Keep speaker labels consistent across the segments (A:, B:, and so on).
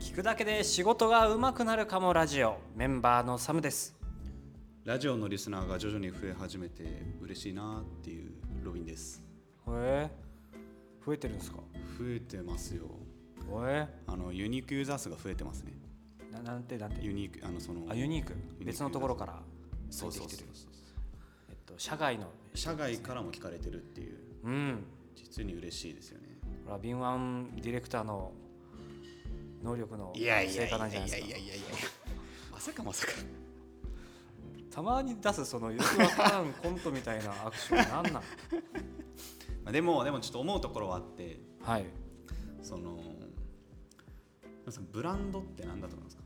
A: 聞くだけで仕事が上手くなるかもラジオメンバーのサムです
B: ラジオのリスナーが徐々に増え始めて嬉しいなっていうロビンです
A: へえ増えてるんですか
B: 増えてますよ
A: へ
B: あのユニークユーザー数が増えてますね
A: えななんてなんて
B: ユニークあのその
A: あユニーク
B: ク
A: 別のところから
B: そうそう
A: 入
B: そ
A: っ
B: う
A: てきてるえっと社外の
B: 社外からも聞かれてるっていう
A: うん
B: 実に嬉しいですよね
A: これは敏腕ディレクターの能力の
B: いやいや
A: 成
B: い
A: 果
B: やい
A: な
B: や
A: ん
B: い
A: じゃ
B: や
A: ない
B: い
A: で
B: や
A: すか
B: いやまさかまさか
A: たまに出すそのよくわからんコントみたいなアクションなん なん
B: まあでもでもちょっと思うところはあって
A: はい
B: その皆さんブランドって何だと思いますか、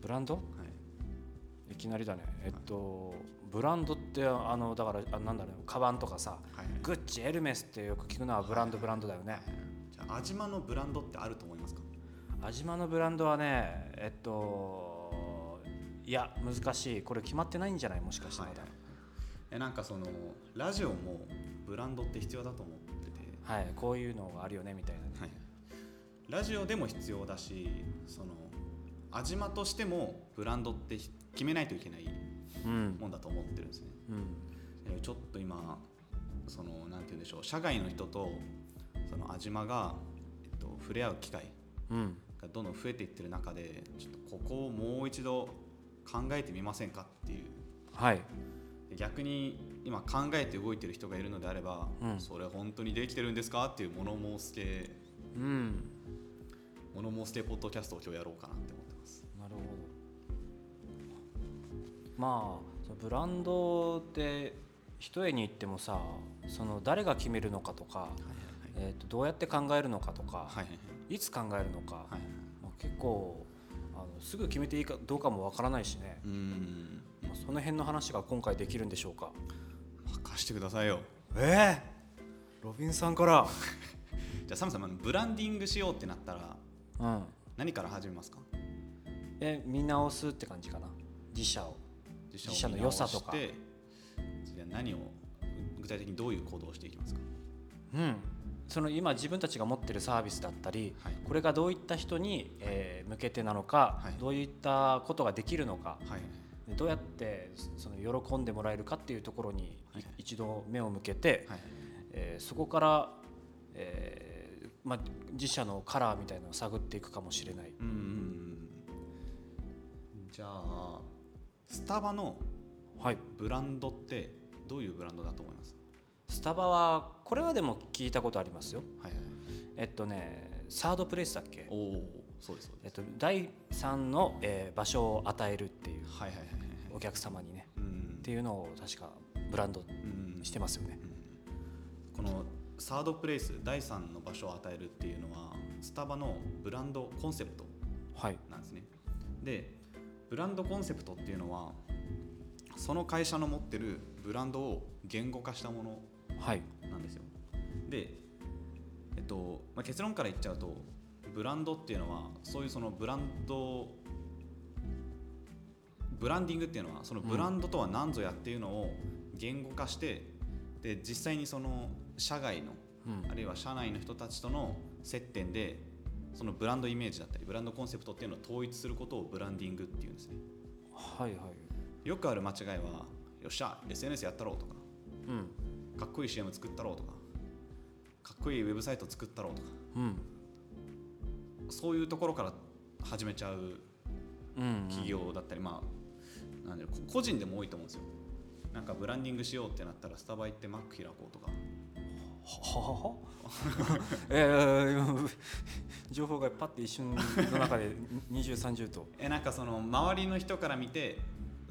A: ブランド
B: はい、
A: いきなりだねえっとブランドってあのだからあなんだろうカバンとかさ
B: はいはい
A: グッチエルメスってよく聞くのはブランドブランドだよね
B: じゃあ味まのブランドってあると思いますか
A: 味まのブランドはねえっといや難しいこれ決まってないんじゃないもしかしてまだ
B: はいえなんかそのラジオもブランドって必要だと思ってて、
A: はい、こういうのがあるよねみたいなね
B: はい、ラジオでも必要だしその味まとしてもブランドってひ決めないといけない
A: うん
B: もんだと思ってるんですね
A: うん
B: えちょっと今そのなんて言うんでしょう社外の人とその味まが、えっと、触れ合う機会
A: うん
B: がどんどん増えていってる中でちょっとここをもう一度考えてみませんかっていう
A: はい
B: 逆に今考えて動いてる人がいるのであれば、
A: うん
B: それ本当にできてるんですかっていうモノモース系
A: うん
B: モノモース系ポッドキャストを今日やろうかなって思ってます
A: なるほどまあそのブランドって一重に言ってもさその誰が決めるのかとか、えー、とどうやって考えるのかとか、
B: はいはい
A: い、つ考えるのか、
B: はいはいはい
A: まあ、結構あのすぐ決めていいかどうかもわからないしね、
B: うーん
A: まあ、その辺の話が今回できるんでしょうか
B: 任してくださいよ
A: ええロビンさんから
B: じゃあサムさんあのブランディングしようってなったら
A: うん
B: 何から始めますか
A: え見直すって感じかな自社を
B: 自
A: 自社の良さとか
B: 見直してじゃあ何を具体的にどういう行動をしていきますか
A: うん、その今自分たちが持ってるサービスだったり、
B: はい
A: これがどういった人に、えー向けてなのか、
B: はい
A: どういったことができるのか
B: はい
A: でどうやってその喜んでもらえるかっていうところに、
B: はい
A: い一度目を向けて、
B: はい
A: えーそこから、えーまあ、自社のカラーみたいなのを探っていくかもしれない。
B: うんうんうんじゃあスタバの
A: はい、
B: ブランドってどういうブランドだと思います
A: スタバはこれはでも聞いたことありますよ。
B: はいはい
A: えっとねサードプレイスだっけ
B: お、おそうですそう
A: え
B: で
A: っと、第3の、えー場所を与えるっていう
B: すはいはいはいはい
A: お客様にね。
B: う
A: っ
B: ん
A: ていうのを確かブランド
B: うん
A: してますよね。
B: このサードプレイス第3の場所を与えるっていうのはスタバのブランドコンセプト
A: はい。
B: なんですねでブランドコンセプトっていうのはその会社の持ってるブランドを言語化したもの
A: はい。
B: なんですよで、えっとまあ、結論から言っちゃうとブランドっていうのはそういうそのブランドブランディングっていうのはそのブランドとは何ぞやっていうのを言語化して、で実際にその社外の
A: うん
B: あ。るいは社内の人たちとの接点でそのブランドイメージだったりブランドコンセプトっていうのを統一することをブランディングっていうんですね
A: はいはい。
B: よくある間違いはよっしゃ SNS やったろうとか
A: うん。
B: かっこいい CM 作ったろうとかかっこいいウェブサイト作ったろうとか
A: うん。
B: そういうところから始めちゃう
A: うん。
B: 企業だったり、まあなんだろうこ個人でも多いと思うんですよなんかブランディングしようってなったらスタバ行ってマック開こうとか
A: ははは。えー、情報がパッて一瞬の中で二十三十と。
B: えなんかその周りの人から見て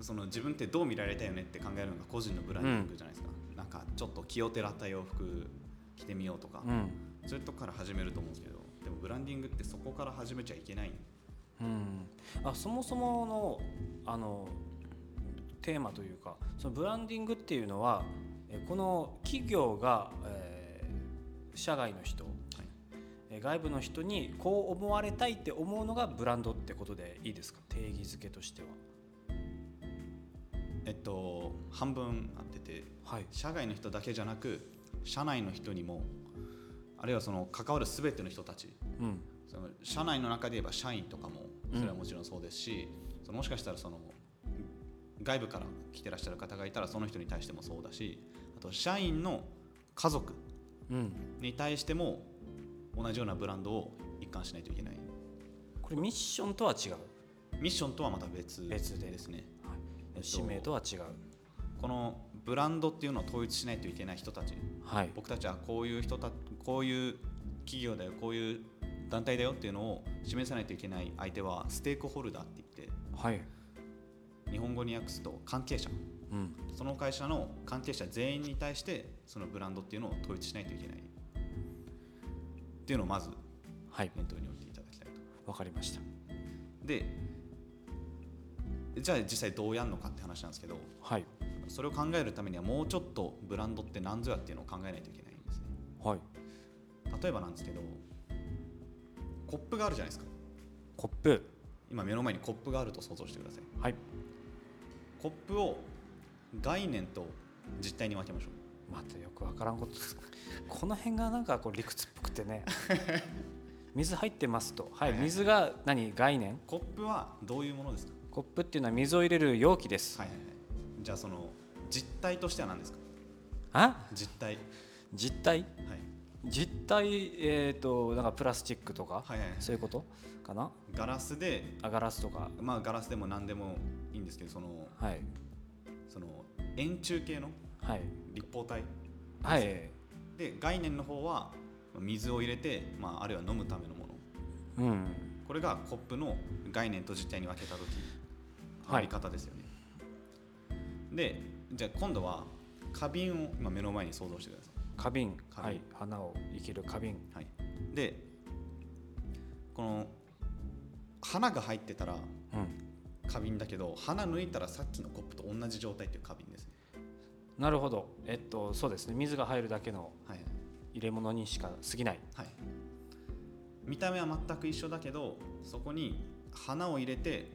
B: その自分ってどう見られたいよねって考えるのが個人のブランディングじゃないですか、なんかちょっと気をてらった洋服着てみようとか、
A: うん。
B: そういうとこから始めると思うんですけどでもブランディングってそこから始めちゃいけない
A: うん。あそもそものあのテーマというか、そのブランディングっていうのはえこの企業が、えー、社外の人。
B: はい
A: えー外部の人にこう思われたいって思うのがブランドってことでいいですか定義づけとしては
B: えっと半分あってて
A: はい
B: 社外の人だけじゃなく社内の人にもあるいはその関わる全ての人たち
A: うん
B: そその社内の中で言えば社員とかもそれはもちろんそうですし、そのもしかしたらその外部から来てらっしゃる方がいたらその人に対してもそうだしあと社員の家族
A: うん、
B: に対しても同じようなブランドを一貫しないといけない
A: これミッションとは違う、
B: ミッションとはまた別
A: 別で
B: ですねえっと
A: 使命とは違う
B: このブランドっていうのを統一しないといけない人たち
A: はい
B: 僕たちはこういう人たこういう企業だよこういう団体だよっていうのを示さないといけない相手はステークホルダーって言っ
A: はい
B: て日本語に訳すと関係者
A: うん
B: その会社の関係者全員に対してそのブランドっていうのを統一しないといけないっていうのをまず
A: はい
B: 念頭に置いていただきたいと
A: わかりました
B: でじゃあ実際どうやるのかって話なんですけど
A: はい
B: それを考えるためにはもうちょっとブランドって何ぞやっていうのを考えないといけないんですね
A: はい
B: 例えばなんですけどコップがあるじゃないですか
A: コップ
B: 今目の前にコップがあると想像してください
A: はい
B: コップを概念と実態に分けましょ
A: またよくわからんこと ですこの辺がなんかこう理屈っぽくて ね水入ってますとはい
B: はいはい
A: 水が何概念
B: うコップはどういうものですか
A: コップっていうのは水を入れる容器です、
B: はいはいはいじゃあその実態としては何ですか
A: あ
B: 実態、はい、
A: 実体実体えっ、となんかプラスチックとか、
B: はいはいはい
A: そういうことかな
B: ガラスで
A: あガラスとか
B: まあガラスでも何でもいいんですけどその
A: はい
B: その円柱形の
A: はい
B: 立方体
A: はい
B: で概念の方は水を入れて、まあ、あるいは飲むためのもの
A: うん
B: これがコップの概念と実態に分けた時
A: は
B: の
A: い
B: 見方ですよね、でじゃあ今度は花瓶を今目の前に想像してくださ
A: 花瓶
B: 花瓶
A: はい花を生きる花瓶
B: い、はい、でこの花が入ってたら
A: うん
B: 花瓶だけど花抜いたらさっきのコップと同じ状態っていう花瓶ですね、
A: なるほどえっとそうですね水が入るだけの
B: はい
A: 入れ物にしか過ぎない
B: はい、見た目は全く一緒だけどそこに花を入れて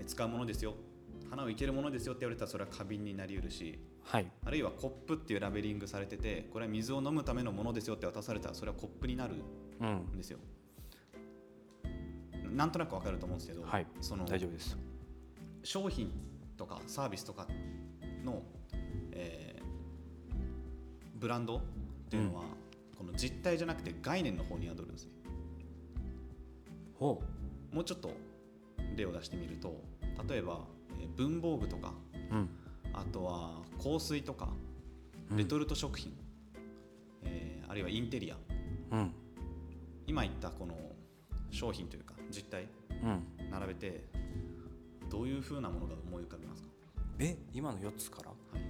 B: え使うものですよ花を生けるものですよって言われたらそれは花瓶になりうるし
A: はい
B: あるいはコップっていうラベリングされててこれは水を飲むためのものですよって渡されたらそれはコップになるん
A: うん
B: ですよなんとなくわかると思うんですけど、
A: はい
B: その
A: 大丈夫です
B: 商品とかサービスとかの、えーブランドっていうのは、この実体じゃなくて概念の方に宿るんですね
A: ほ
B: もうちょっと例を出してみると例えば、えー文房具とか
A: ううん
B: あとは香水とか
A: うん
B: レトルト食品、えーあるいはインテリア
A: うん
B: 今言ったこの商品というか実体
A: うん
B: 並べてどういうふうなものが思い浮かびますか、
A: え今の4つから
B: はい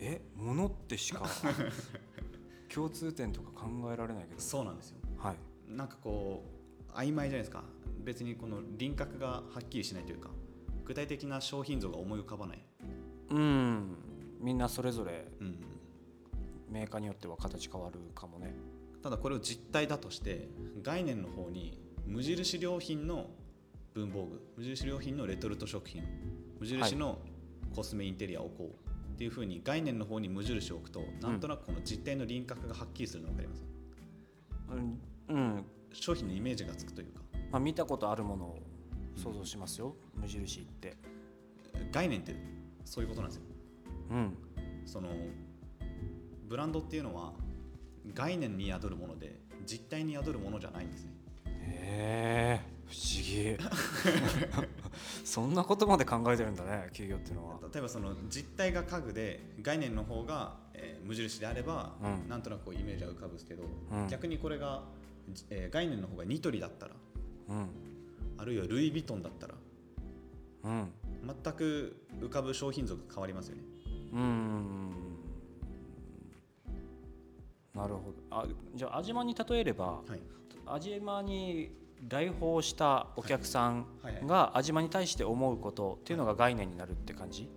A: え物ってしか 共通点とか考えられないけど
B: そうなんですよ
A: はい
B: なんかこう曖昧じゃないですか別にこの輪郭がはっきりしないというか具体的な商品像が思い浮かばない、
A: うんみんなそれぞれ
B: うん、
A: メーカーによっては形変わるかもね
B: ただこれを実体だとして概念の方に無印良品の文房具無印良品のレトルト食品無印のコスメインテリアを置こうっていうふうに概念の方に無印を置くとなんとなくこの実体の輪郭がはっきりするの分かります、
A: うん、うん
B: 商品のイメージがつくというか
A: まあ、見たことあるものを想像しますよ、無印って
B: 概念ってそういうことなんですよ
A: うん
B: そのブランドっていうのは概念に宿るもので実体に宿るものじゃないんですね
A: へえ不思議 そんなことまで考えてるんだね企業っていうのは
B: 例えばその実体が家具で概念の方が、えー無印であれば、
A: うん
B: なんとなくこうイメージは浮かぶんですけど、
A: うん
B: 逆にこれが、じえー概念の方がニトリだったら
A: うん
B: あるいはルイ・ヴィトンだったら
A: うん
B: 全く浮かぶ商品像が変わりますよね
A: うんなるほどあじゃあ味間に例えれば
B: はい
A: 味間に来訪したお客さん
B: はいはい
A: が味間に対して思うことっていうのが概念になるって感じ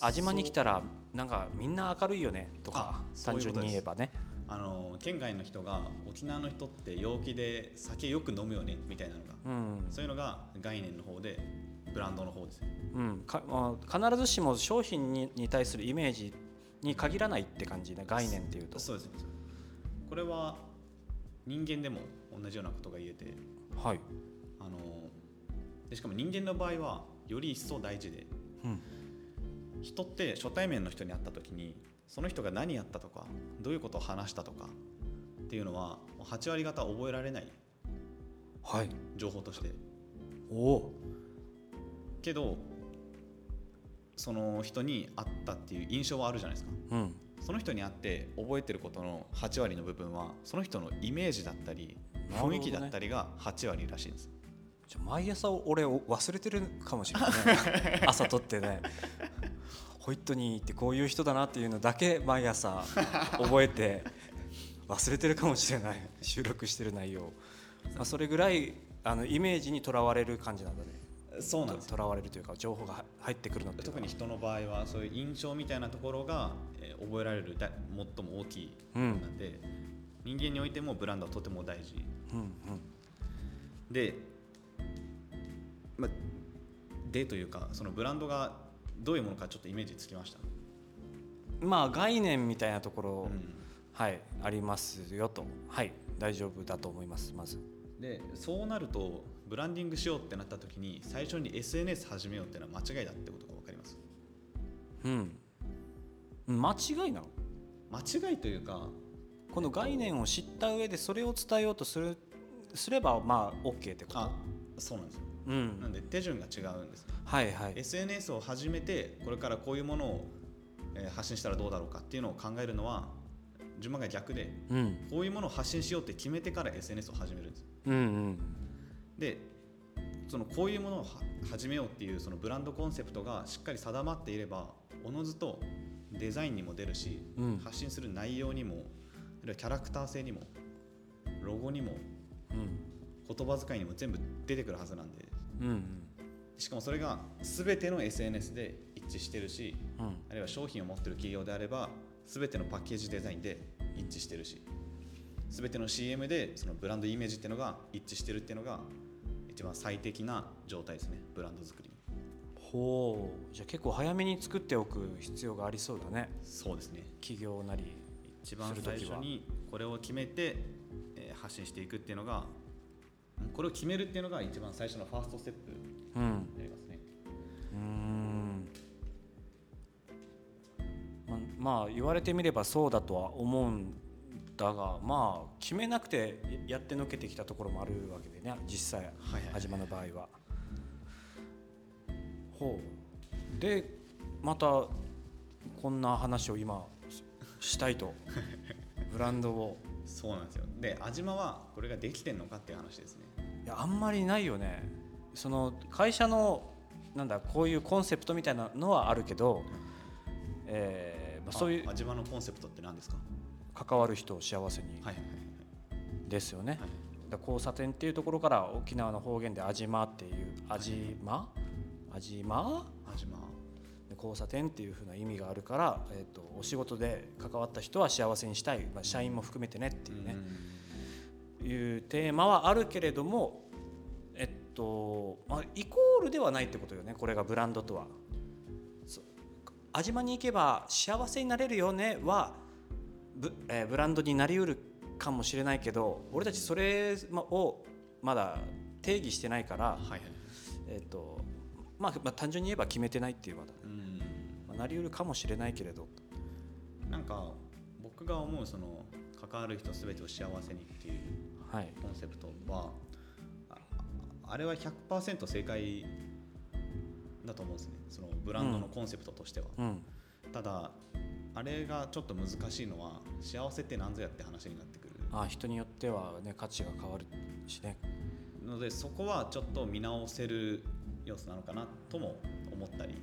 A: 味間に来たらなんかみんな明るいよねとか
B: あそ
A: 単
B: ういうこと
A: 純に言えばね
B: あの県外の人が沖縄の人って陽気で酒よく飲むよねみたいなのが、
A: うん
B: そういうのが概念の方でブランドの方ですね
A: うん、かまあ必ずしも商品にに対するイメージに限らないって感じね概念っていうと
B: そうですねこれは人間でも同じようなことが言えて
A: はい、
B: あのでしかも人間の場合はより一層大事で
A: うん、
B: 人って初対面の人に会った時にその人が何やったとかどういうことを話したとかっていうのはもう8割方覚えられない
A: はい
B: 情報として
A: おお
B: けどその人に会ったっていう印象はあるじゃないですか
A: うん
B: その人に会って覚えてることの8割の部分はその人のイメージだったり
A: なるほどね
B: 雰囲気だったりが8割らしいんです、
A: じゃあ毎朝俺を忘れてるかもしれ ない、ね、朝撮ってねホイットニーってこういう人だなっていうのだけ毎朝覚えて忘れてるかもしれない収録してる内容、まあ、それぐらいあのイメージにとらわれる感じなんだね
B: そうなんです
A: とらわれるというか情報が入ってくるのっていうの
B: 特
A: は
B: に人の場合はそういう印象みたいなところが、えー覚えられるだ最も大きい
A: うん
B: なので、人間においてもブランドはとても大事
A: うん
B: で、まあ、でというかそのブランドがどういうものかちょっとイメージつきました、
A: うんまあ概念みたいなところ、
B: うん
A: はいありますよとはい大丈夫だと思いますまず
B: でそうなるとブランディングしようってなった時に最初に SNS 始めようっていうのは間違いだってことが分かります
A: うん間違いなの
B: 間違いというか
A: この概念を知った上でそれを伝えようとするすればまあ OK ってこと
B: あそうなんですよ
A: う
B: なん
A: ん
B: で手順が違うんです
A: はいはい
B: SNS を始めてこれからこういうものをえー発信したらどうだろうかっていうのを考えるのは順番が逆で
A: うん
B: こういうものを発信しようって決めてから SNS を始めるんです
A: うんうん
B: でそのこういうものをは始めようっていうそのブランドコンセプトがしっかり定まっていればおのずとデザインにも出るし、
A: うん
B: 発信する内容にもあるいはキャラクター性にもロゴにも
A: うん
B: 言葉遣いにも全部出てくるはずなんで
A: うんうん
B: しかもそれが全ての SNS で一致してるし
A: うん
B: あるいは商品を持ってる企業であれば全てのパッケージデザインで一致してるし全ての CM でそのブランドイメージっていうのが一致してるっていうのが一番最適な状態ですねブランド作りに
A: ほうじゃあ結構早めに作っておく必要がありそうだね
B: そうですね
A: 企業なり
B: 一番
A: する
B: 最
A: 時は
B: 初にこれを決めて、えー発信していくっていうのがこれを決めるっていうのが一番最初のファーストステップに
A: うん
B: なりますね
A: うーんままあ言われてみればそうだとは思うんだがまあ決めなくてやってのけてきたところもあるわけでね実際
B: はいはい
A: 始まの場合は。ほうでまたこんな話を今ししたいとブランドを
B: そうなんですよで味まはこれができてんのかっていう話ですね
A: いやあんまりないよねその会社のなんだこういうコンセプトみたいなのはあるけど、えーまあ、そういう
B: あ味まのコンセプトって何ですか
A: 関わる人を幸せに
B: はいはい
A: ですよね、
B: はい
A: だ交差点っていうところから沖縄の方言で「あじま」っていう「あじま」「あじま」
B: 味ま
A: で交差点っていうふうな意味があるから、えー、とお仕事で関わった人は幸せにしたい、まあ、社員も含めてねっていうね、いうテーマはあるけれどもえっと、まあ、イコールではないってことよねこれがブランドとは。そう安島に行けば幸せになれるよねはブ,、えーブランドになりうるかもしれないけど俺たちそれまをまだ定義してないから、
B: はいはい
A: えっとまあ、まあ単純に言えば決めてないっていうまだ、
B: うん
A: まあなりうるかもしれないけれど
B: なんか僕が思うその関わる人全てを幸せにっていう
A: はい
B: コンセプトはああれは100%正解だと思うんですねそのブランドのコンセプトとしては、
A: うん
B: ただあれがちょっと難しいのは幸せって何ぞやって話になってくる
A: あ人によってはね価値が変わるしね
B: のでそこはちょっと見直せる要素なのかなとも思ったり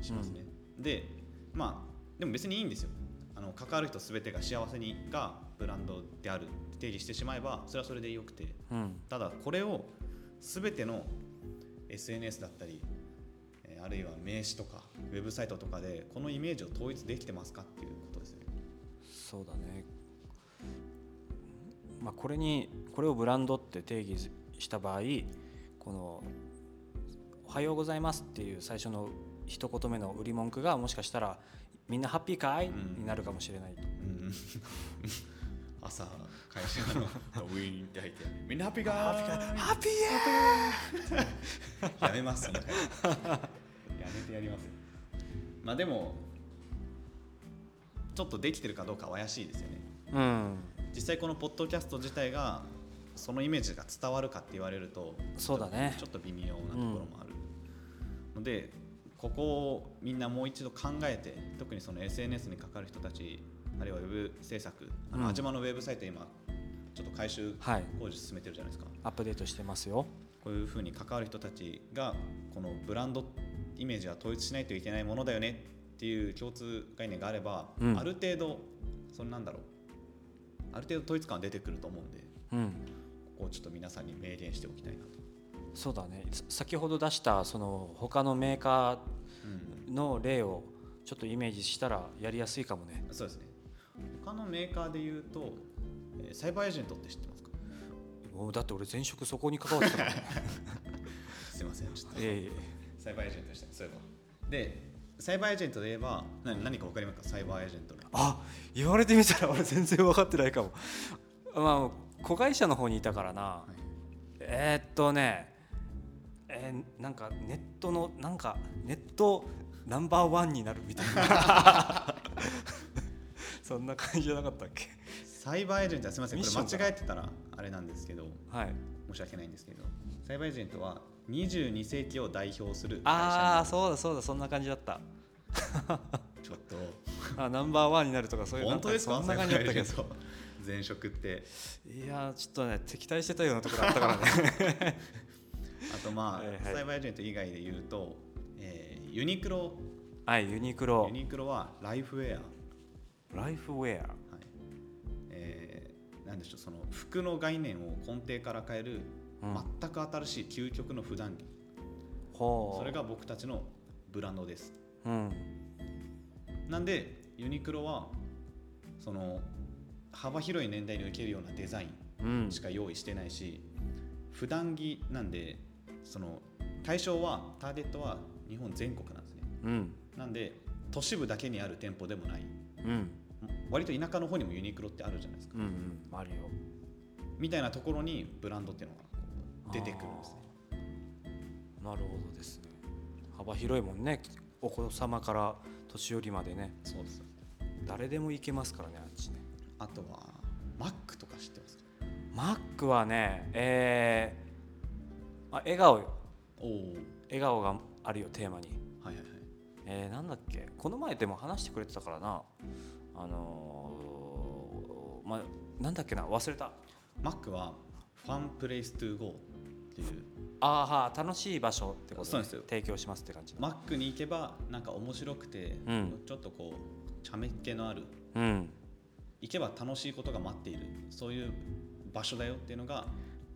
B: しますね。でまあでも別にいいんですよ。あの関わる人全てが幸せにがブランドであるって定義してしまえばそれはそれでよくて
A: うん
B: ただこれを全ての SNS だったりえーあるいは名刺とかウェブサイトとかでこのイメージを統一できてますかっていうことですよね。
A: そうだね、まあ、これにこれをブランドって定義した場合この「おはようございます」っていう最初の一言目の売り文句がもしかしたら「みんなハッピーかい?」
B: うん
A: になるかもしれない、
B: うん朝会社のウィーンって入ってみんなハッピーかー
A: ハッピー
B: やめますそんな会社やめてやりますよまあでもちょっとできてるかどうかは怪しいですよね
A: エーうん
B: 実際このポッドキャスト自体がそのイメージが伝わるかって言われると
A: そうだね
B: ちょっと微妙なところもある、のでここをみんなもう一度考えて特にその SNS にかかる人たちあるいはウェブ制作あ
A: う
B: の
A: ん
B: 安島のウェブサイト今ちょっと改修
A: はい
B: 工事進めてるじゃないですか、
A: アップデートしてますよ
B: こういうふうに関わる人たちがこのブランドイメージは統一しないといけないものだよねっていう共通概念があれば、
A: うん
B: ある程度そのなんだろうある程度統一感は出てくると思うんで
A: うん
B: ここをちょっと皆さんに明言しておきたいなと、
A: そうだねさ先ほど出したその他のメーカーの例をちょっとイメージしたらやりやすいかも ね
B: そうですね他のメーカーで言うとえーサイバーエージェントって知ってますか
A: もうだって俺前職そこに関わってたからね
B: すいませんちょっと
A: え
B: サイバーエージェントでしたそういえばでサイバーエージェントで言えば何何か分かりますかサイバーエージェントの
A: あ言われてみたら俺全然分かってないかもまあ子会社の方にいたからな、えー、っとねえーなんかネットのなんかネットナンバーワンになるみたいな そんな感じじゃなかったっけ
B: サイバーエージェントはすみませんこ
A: ミッション
B: れ
A: か
B: 間違えてたらあれなんですけど
A: はい
B: 申し訳ないんですけどサイバーエージェントは22世紀を代表する会
A: ああ
B: 社
A: そうだそうだそんな感じだった
B: のちょっと
A: あナンバーワンになるとかそういう
B: 本当ですか
A: なんそんな感じだったけ
B: サイバーエージェント前職って
A: どいやーちょっとね敵対してたようなところあったから ね
B: あとまあ、
A: はいはい
B: サイバーエージェント以外で言うと、えーユニクロ
A: はいユニクロ
B: ユニクロはライフウェア、はい
A: ライフウェア
B: えーなんでしょうその服の概念を根底から変える、
A: うん
B: 全く新しい究極の普段着
A: ほう
B: それが僕たちのブランドです
A: うん
B: なんでユニクロはその幅広い年代に受けるようなデザイ
A: う
B: ン
A: ん
B: しか用意してないし普段着なんでその対象はターゲットは日本全国なんですね
A: うん
B: なんで都市部だけにある店舗でもない
A: うん
B: 割と田舎の方にもユニクロってあるじゃないですか
A: うんうんあるよ
B: みたいなところにブランドっていうのがこう出てくるんですね
A: あーなるほどですね幅広いもんねお子様から年寄りまでね
B: そうです
A: 誰でも行けますからねあっちね
B: あとはマックとか知ってますか
A: マックはねえー、あ笑顔よ
B: おお
A: 笑顔があるよテーマに
B: はいはいはい
A: えー、なんだっけこの前でも話してくれてたからなあのー、まあなんだっけな忘れた
B: マックはファンプレイストゥーゴーっていう
A: あーはー楽しい場所ってこと、ね、
B: そうなんですよ
A: 提供しますって感じの
B: マックに行けばなんか面白くて、
A: うん
B: ちょっとこう茶目っ気のある
A: うん
B: 行けば楽しいことが待っているそういう場所だよっていうのが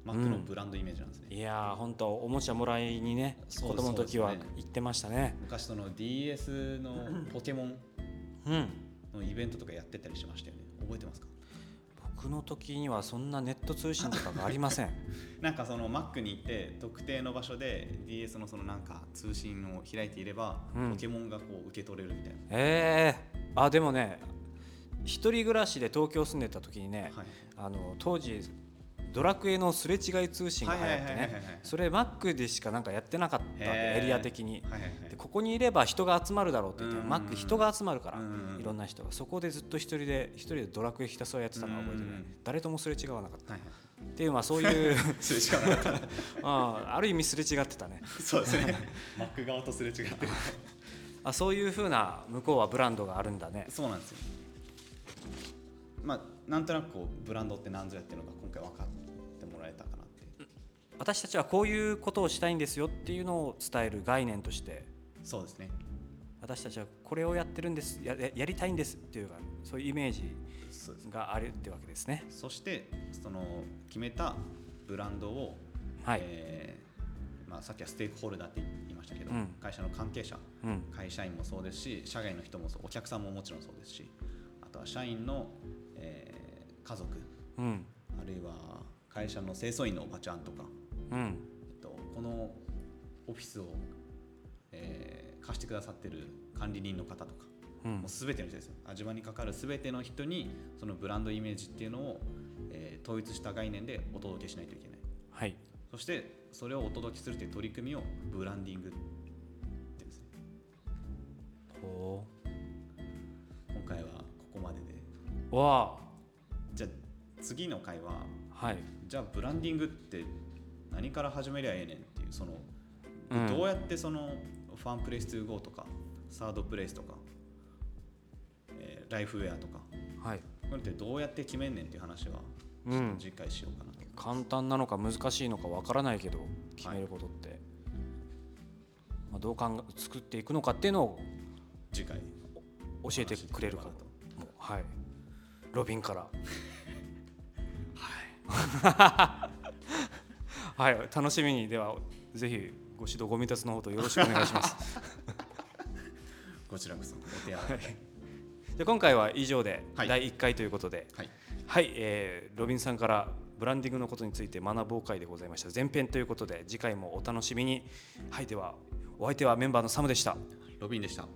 B: マックのブランドイメージなんですね、
A: いやー本当おもちゃもらいにね
B: そう
A: 子供の時は
B: そうですね
A: 行ってましたね
B: 昔その DS のポケモン
A: うん
B: のイベントとかやってたりしましたよね覚えてますか
A: 僕の時にはそんなネット通信とかがありません
B: なんかそのマックに行って特定の場所で DS のそのなんか通信を開いていれば、
A: うん
B: ポケモンがこう受け取れるみたいな、
A: ええあでもね一人暮らしで東京住んでた時にね、
B: はい、
A: あの当時ドラクエのすれ違い通信が流行って
B: はいはいはいはいはい
A: ねそれマックでしかなんかやってなかったんで
B: へー
A: エリア的に、
B: はいはいはい
A: でここにいれば人が集まるだろうって言って
B: うん
A: マック人が集まるから
B: うん
A: いろんな人がそこでずっと一人で一人でドラクエひたすらやってたのは覚えてな
B: う
A: い
B: ん
A: 誰ともすれ違わなかった
B: はいはい
A: っていうまあそういう
B: それしかなか
A: あ
B: った
A: あある意味すれ違ってたね
B: そうですね。マック側とすれ違ってる。
A: あそういうふうな向こうはブランドがあるんだね
B: そうなんですよ。まあなんとなくこうブランドって何ぞやっていうのが今回分かってもらえたかなって。
A: 私たちはこういうことをしたいんですよっていうのを伝える概念として
B: そうですね。
A: 私たちはこれをやってるんですやややりたいんですっていうかそういうイメージ
B: そうです。
A: があるってわけですね
B: そしてその決めたブランドを、
A: はい、
B: えーまあさっきはステークホルダーって言いましたけど、
A: うん
B: 会社の関係者、
A: うん
B: 会社員もそうですし、社外の人もそう、お客さんももちろんそうですし、あとは社員の、えー家族、
A: うん
B: あるいは会社の清掃員のおばちゃんとか。
A: うん
B: えっと、このオフィスを、えー貸してくださってる管理人の方とか、
A: うん
B: もう全ての人ですよ味わにかかる全ての人にそのブランドイメージっていうのを、えー統一した概念でお届けしないといけない
A: はい
B: そしてそれをお届けするという取り組みをブランディングって言うんですね
A: ほ
B: 今回はここまでで
A: うわ
B: じゃあ次の回は
A: あはい、
B: じゃあブランディングって何から始めりゃええねんっていうその、
A: うん
B: どうやってそのファンプレイス2 g o とかサードプレイスとか、えーライフウェアとか
A: はい、
B: これってどうやって決めんねんっていう話は
A: う
B: ちょっ
A: ん
B: と次回しようかなと、
A: 簡単なのか難しいのかわからないけど決めることって、まあ、どう考え作っていくのかっていうのを
B: 次回
A: 教えてくれるか
B: お
A: も
B: 話しでき
A: はいロビンからはい はい楽しみにではぜひご指導ご未達の方とよろしくお願いします
B: ればなとこちらこそお手洗い、
A: で今回は以上で
B: はい
A: 第1回ということで
B: はい、
A: はい、えーロビンさんからブランディングのことについて学ぼう会でございました前編ということで次回もお楽しみにはいではお相手はメンバーのサムでした
B: ロビンでした